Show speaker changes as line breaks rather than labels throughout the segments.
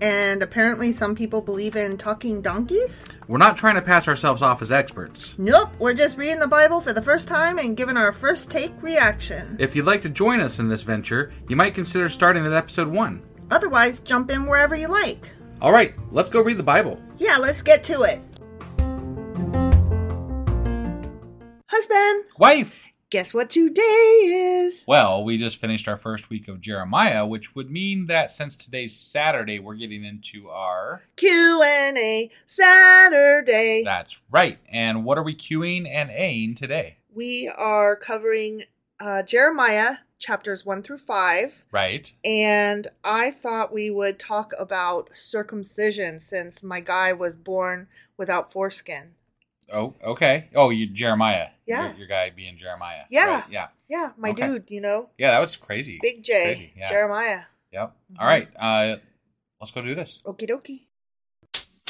and apparently some people believe in talking donkeys?
We're not trying to pass ourselves off as experts.
Nope, we're just reading the Bible for the first time and giving our first take reaction.
If you'd like to join us in this venture, you might consider starting at episode 1.
Otherwise, jump in wherever you like.
All right, let's go read the Bible.
Yeah, let's get to it. Husband,
Wife!
guess what today is?
Well, we just finished our first week of Jeremiah, which would mean that since today's Saturday, we're getting into our.
Q&A Saturday.
That's right. And what are we queuing and aing today?
We are covering uh, Jeremiah chapters 1 through 5.
Right.
And I thought we would talk about circumcision since my guy was born without foreskin.
Oh, okay. Oh, you Jeremiah.
Yeah.
Your, your guy being Jeremiah.
Yeah.
Right, Yeah.
Yeah, my
Okay.
dude, you know,
Yeah. That was crazy.
Big J,
Crazy, yeah.
Jeremiah.
Yep.
Mm-hmm.
All right. Uh, let's go do this.
Okie dokie.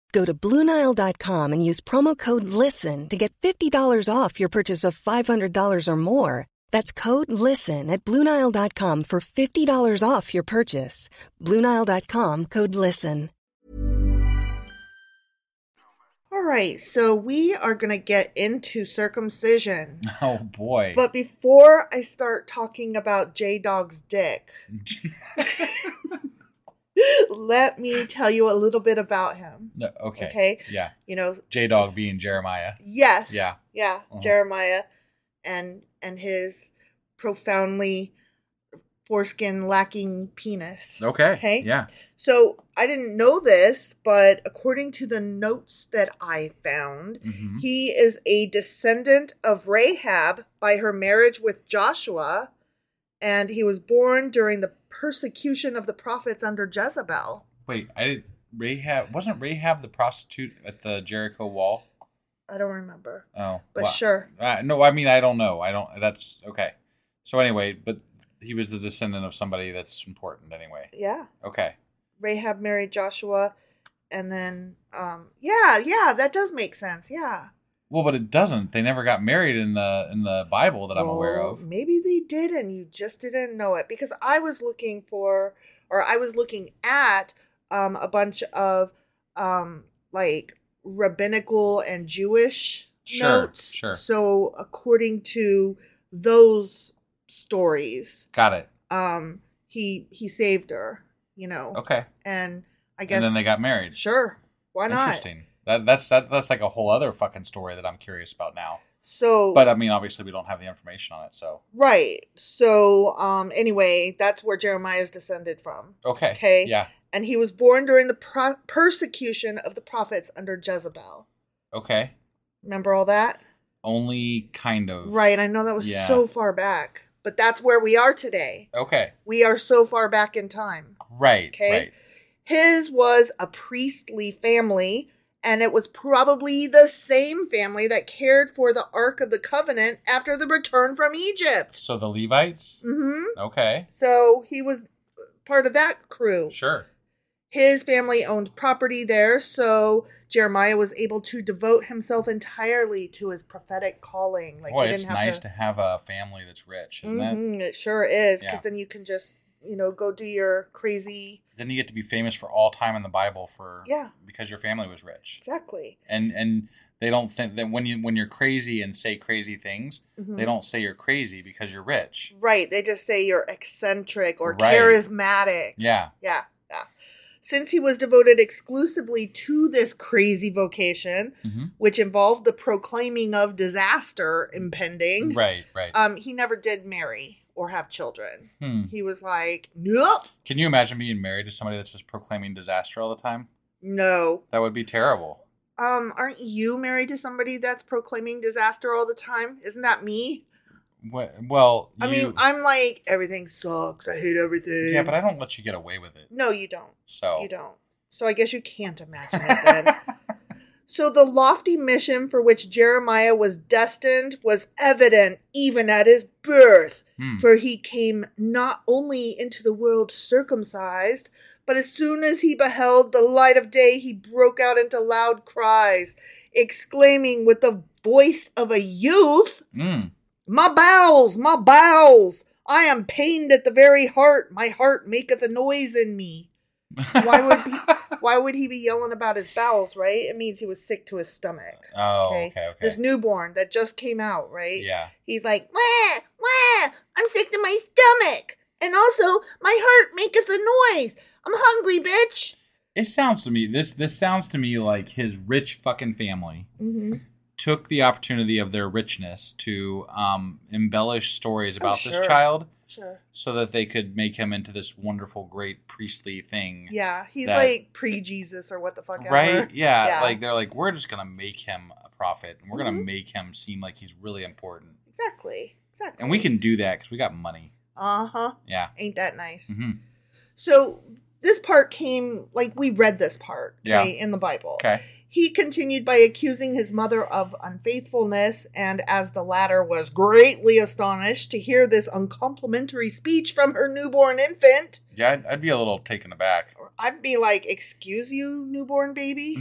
Go to Bluenile.com and use promo code LISTEN to get $50 off your purchase of $500 or more. That's code LISTEN at Bluenile.com for $50 off your purchase. Bluenile.com code LISTEN.
All right, so we are going to get into circumcision.
Oh boy.
But before I start talking about J Dog's dick, let me tell you a little bit about him.
No, okay.
Okay.
Yeah.
You know,
J Dog being Jeremiah.
yes.
Yeah.
Yeah,
Uh-huh.
Jeremiah and and his profoundly foreskin lacking penis.
Okay.
Okay.
Yeah.
So, I didn't know this, but according to the notes that I found,
Mhm.
He is a descendant of Rahab by her marriage with Joshua, and he was born during the persecution of the prophets under Jezebel.
Wait, I didn't. Rahab wasn't Rahab the prostitute at the Jericho wall?
I don't remember.
Oh,
But
wow.
sure.
Uh, no, I mean I don't know. I don't. That's okay. So anyway, but he was the descendant of somebody that's important anyway.
Yeah.
Okay.
Rahab married Joshua, and then um, yeah, yeah, that does make sense. Yeah,
Well, but it doesn't. They never got married in the in the Bible that I'm aware
Well,
of.
Maybe they did, and you just didn't know it because I was looking for, or I was looking at um, a bunch of um, like rabbinical and Jewish
Sure,
notes.
sure.
So according to those stories,
Got it.
um, he he saved her, you know,
Okay.
and I guess
And then they got married.
sure. Why not?
Interesting. That, that's that, that's like a whole other fucking story that I'm curious about now.
So,
But um I mean, obviously, we don't have the information on it. So
right. So, um, anyway, that's where Jeremiah is descended from.
okay.
Okay.
Yeah.
And he was born during the pro- persecution of the prophets under Jezebel.
Okay.
Remember all that?
Only kind of.
Right. I know that was
Yeah.
so far back, but that's where we are today.
Okay.
We are so far back in time.
Right.
Okay.
Right.
His was a priestly family, and it was probably the same family that cared for the Ark of the Covenant after the return from Egypt.
So the Levites.
hmm
Okay.
So he was part of that crew.
Sure.
His family owned property there, so Jeremiah was able to devote himself entirely to his prophetic calling. Like
Boy,
he
it's
didn't have
nice to... have a family that's rich, isn't it?
Mhm, it sure is, because
Yeah.
then you can just you know go do your crazy.
Then you get to be famous for all time in the Bible for
Yeah.
because your family was rich,
Exactly.
and and they don't think that when you when you're crazy and say crazy things,
Mm-hmm.
they don't say you're crazy because you're rich.
Right. They just say you're eccentric or
Right.
charismatic.
Yeah.
Yeah. Yeah. Since he was devoted exclusively to this crazy vocation,
hmm
which involved the proclaiming of disaster impending,
Right. Right.
um, he never did marry or have children.
hmm.
He was like, nope,
Can you imagine being married to somebody that's just proclaiming disaster all the time?
no.
That would be terrible.
Um, aren't you married to somebody that's proclaiming disaster all the time? Isn't that me?
What, well,
I mean,
you-
I'm like, everything sucks. I hate everything.
yeah, but I Oh. don't let you get away with it.
No, you don't.
So
You don't. So I guess you can't imagine it then. so the lofty mission for which Jeremiah was destined was evident even at his birth,
Hmm.
for he came not only into the world circumcised, but as soon as he beheld the light of day, he broke out into loud cries, exclaiming with the voice of a youth,
Mm.
my bowels, my bowels! I am pained at the very heart. My heart maketh a noise in me. Why would he, why would he be yelling about his bowels? Right? It means he was sick to his stomach.
Oh, okay, okay.
This newborn that just came out, right?
Yeah.
He's like, wah, wah! I'm sick to my stomach, and also my heart maketh a noise. I'm hungry, bitch.
It sounds to me this this sounds to me like his rich fucking family
Mm-hmm.
took the opportunity of their richness to um, embellish stories about
sure.
this child
Sure.
so that they could make him into this wonderful great priestly thing.
Yeah, he's
That-
like pre-Jesus or what the fuck ever.
Right? Yeah,
Yeah. Mm-hmm.
Like they're like, we're just gonna make him a prophet, and we're gonna make him seem like he's really important,
Exactly. Exactly.
and we can do that because we got money.
Uh huh.
Yeah.
Ain't that nice?
hmm
So this part came like we read this part
Yeah.
okay, in the Bible.
Okay.
He continued by accusing his mother of unfaithfulness, and as the latter was greatly astonished to hear this uncomplimentary speech from her newborn infant,
Yeah, I'd, I'd be a little taken aback.
I'd be like, Excuse you, newborn baby?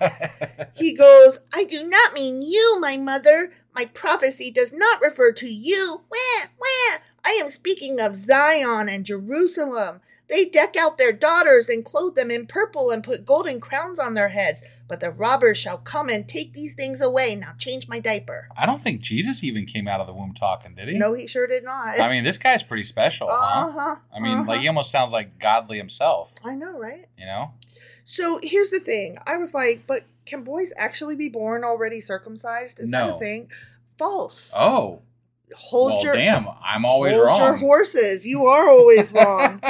okay.
he goes, I do not mean you, my mother. My prophecy does not refer to you. Wah, wah. I am speaking of Zion and Jerusalem. They deck out their daughters and clothe them in purple and put golden crowns on their heads. But the robbers shall come and take these things away. Now change my diaper.
I don't think Jesus even came out of the womb talking, did he?
No, he sure did not.
I mean, this guy's pretty special,
Uh-huh,
huh? I mean,
uh-huh.
like he almost sounds like godly himself,
I know, right?
you know?
So here's the thing. I was like, but can boys actually be born already circumcised? Is that
No.
a thing? False.
Oh,
Hold
well,
your
damn, I'm always
Hold
wrong.
your horses. You are always wrong.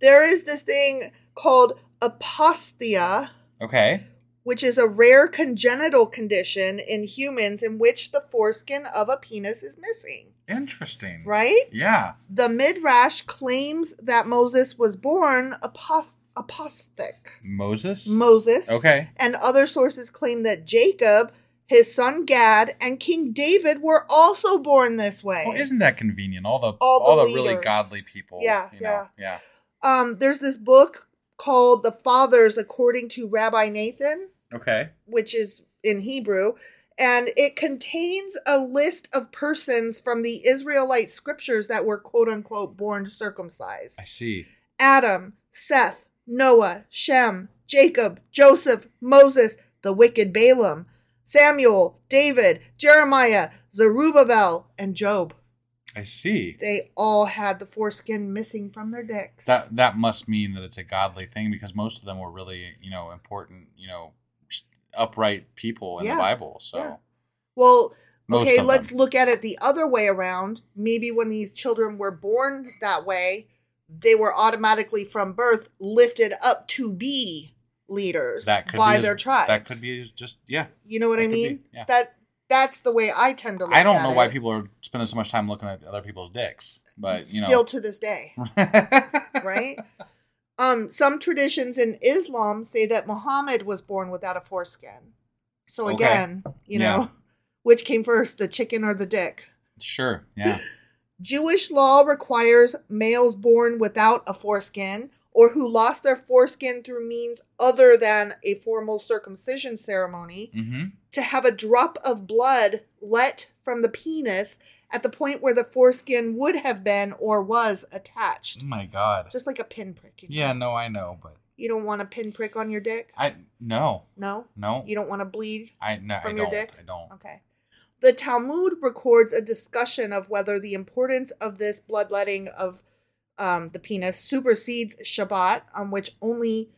there is this thing called apostia,
okay,
which is a rare congenital condition in humans in which the foreskin of a penis is missing.
interesting.
Right?
Yeah.
The Midrash claims that Moses was born apos- apostic.
Moses?
Moses.
Okay.
And other sources claim that Jacob His son Gad and King David were also born this way.
Well, isn't that convenient? All the all
All
the,
the
really
leaders.
godly people.
Yeah,
you know, yeah.
um, there's this book called The Fathers According to Rabbi Nathan,
Okay.
which is in Hebrew, and it contains a list of persons from the Israelite scriptures that were quote unquote born circumcised.
I see.
Adam, Seth, Noah, Shem, Jacob, Joseph, Moses, the wicked Balaam, Samuel, David, Jeremiah, Zerubbabel, and Job.
I see.
They all had the foreskin missing from their dicks.
That that must mean that it's a godly thing because most of them were really, you know, important, you know, upright people in
Yeah.
the Bible. So
Yeah. well,
Most
okay,
of
let's
them.
look at it the other way around. Maybe when these children were born that way, they were automatically from birth lifted up to be leaders
that could
by
be
their
as,
tribes.
That could be as just yeah.
You know what
That
I
could be,
mean?
yeah.
That that's the way I tend to look
I don't
at
know why
it,
people are spending so much time looking at other people's dicks, but you know,
still to this day, right? um, some traditions in Islam say that Muhammad was born without a foreskin. So
Okay.
again, you know,
Yeah.
which came first, the chicken or the dick?
sure, yeah.
Jewish law requires males born without a foreskin or who lost their foreskin through means other than a formal circumcision ceremony
Mm-hmm.
to have a drop of blood let from the penis at the point where the foreskin would have been or was attached.
Oh my god.
Just like a pinprick. You know?
yeah, no, I know, but
You don't want a pinprick on your dick?
I no,
No?
no,
You don't want to bleed?
I no, I
from your
don't,
dick?
I don't.
Okay. The Talmud records a discussion of whether the importance of this bloodletting of um, the penis supersedes Shabbat, on which only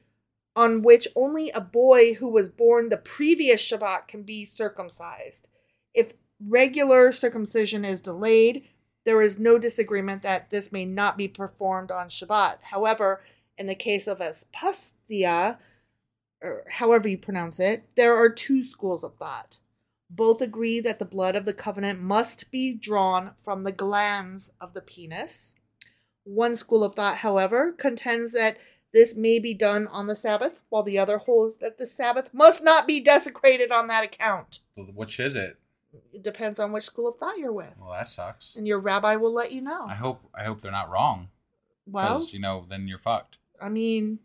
on which only a boy who was born the previous Shabbat can be circumcised. If regular circumcision is delayed, there is no disagreement that this may not be performed on Shabbat. However, in the case of apostasy, or however you pronounce it, there are two schools of thought. Both agree that the blood of the covenant must be drawn from the glands of the penis. One school of thought, however, contends that this may be done on the Sabbath, while the other holds that the Sabbath must not be desecrated on that account.
Which is it?
It depends on which school of thought you're with.
Well, that sucks.
and your rabbi will let you know.
I hope I hope they're not wrong.
well,
you know, then you're fucked.
I mean,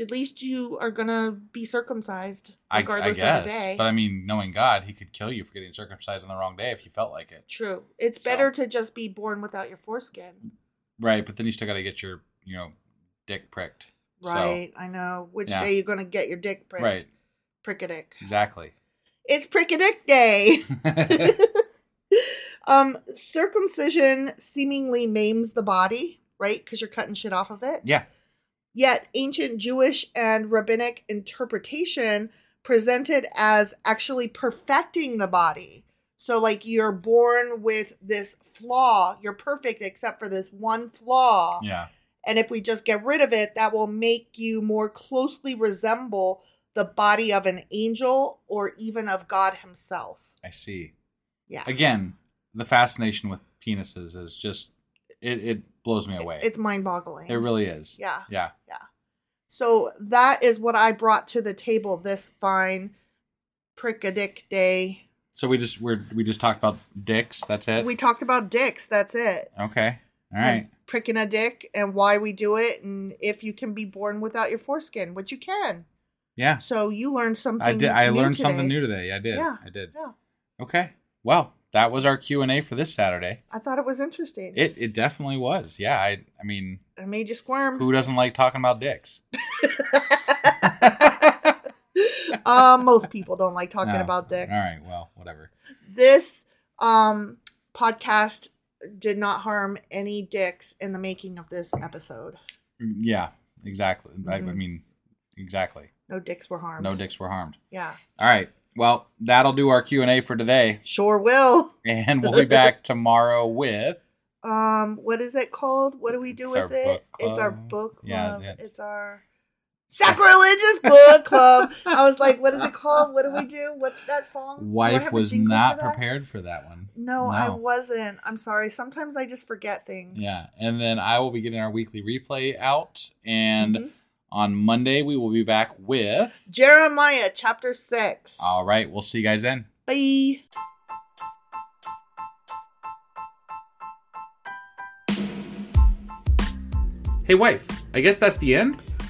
at least you are going to be circumcised
I, I
regardless
guess,
of the day.
but I mean, knowing God, He could kill you for getting circumcised on the wrong day if you felt like it.
True. It's
So-
better to just be born without your foreskin.
Right, but then you still got to get your, you know, dick pricked. So-
Right. I know. Which
Yeah.
day you're going to get your dick pricked.
right,
Prick a dick.
exactly.
It's prick a dick day.
I
um, circumcision seemingly maims the body, right? Because you're cutting shit off of it.
Yeah.
Yet ancient Jewish and rabbinic interpretation presented as actually perfecting the body. So, like, you're born with this flaw. You're perfect except for this one flaw.
yeah,
And if we just get rid of it, that will make you more closely resemble the body of an angel or even of God Himself.
I see.
Yeah.
Again, the fascination with penises is just it. It blows me away.
It's mind boggling.
it really is.
Yeah.
yeah.
so that is what I brought to the table this fine prick a dick day.
So we just we're we just talked about dicks. That's it.
We talked about dicks, that's it.
okay. All right.
And pricking a dick and why we do it and if you can be born without your foreskin, which you can.
Yeah.
So you learned something.
I did. I
new
learned
today.
something new today. I did.
Yeah.
I did.
Yeah.
Okay. Well, that was our Q and A for this Saturday.
I thought it was interesting.
It it definitely was. Yeah. I I mean,
I made you squirm.
who doesn't like talking about dicks?
uh, most people don't like talking
No.
about dicks.
All right. Well, whatever.
This um, podcast did not harm any dicks in the making of this episode.
Yeah. Exactly. I, I
Mhm.
mean, exactly.
No dicks were harmed.
No dicks were harmed.
Yeah.
All right. Well, that'll do our Q and A for today,
Sure will.
and we'll be back tomorrow with.
Um, what is it called? What do we do
It's our
with it?
book
It's our
club.
book
Yeah,
club.
yeah.
It's our sacrilegious book club. I was like, what is it called? What do we do? What's that song? Do I
Wife
have a
was
jingle for
not
that?
prepared for that one.
No, I wasn't. I'm sorry. Sometimes I just forget things.
Yeah, and then I will be getting our weekly replay out, and
Mhm.
On Monday, we will be back with.
Jeremiah chapter 6.
All right, we'll see you guys then.
Bye.
Hey, wife, I guess that's the end?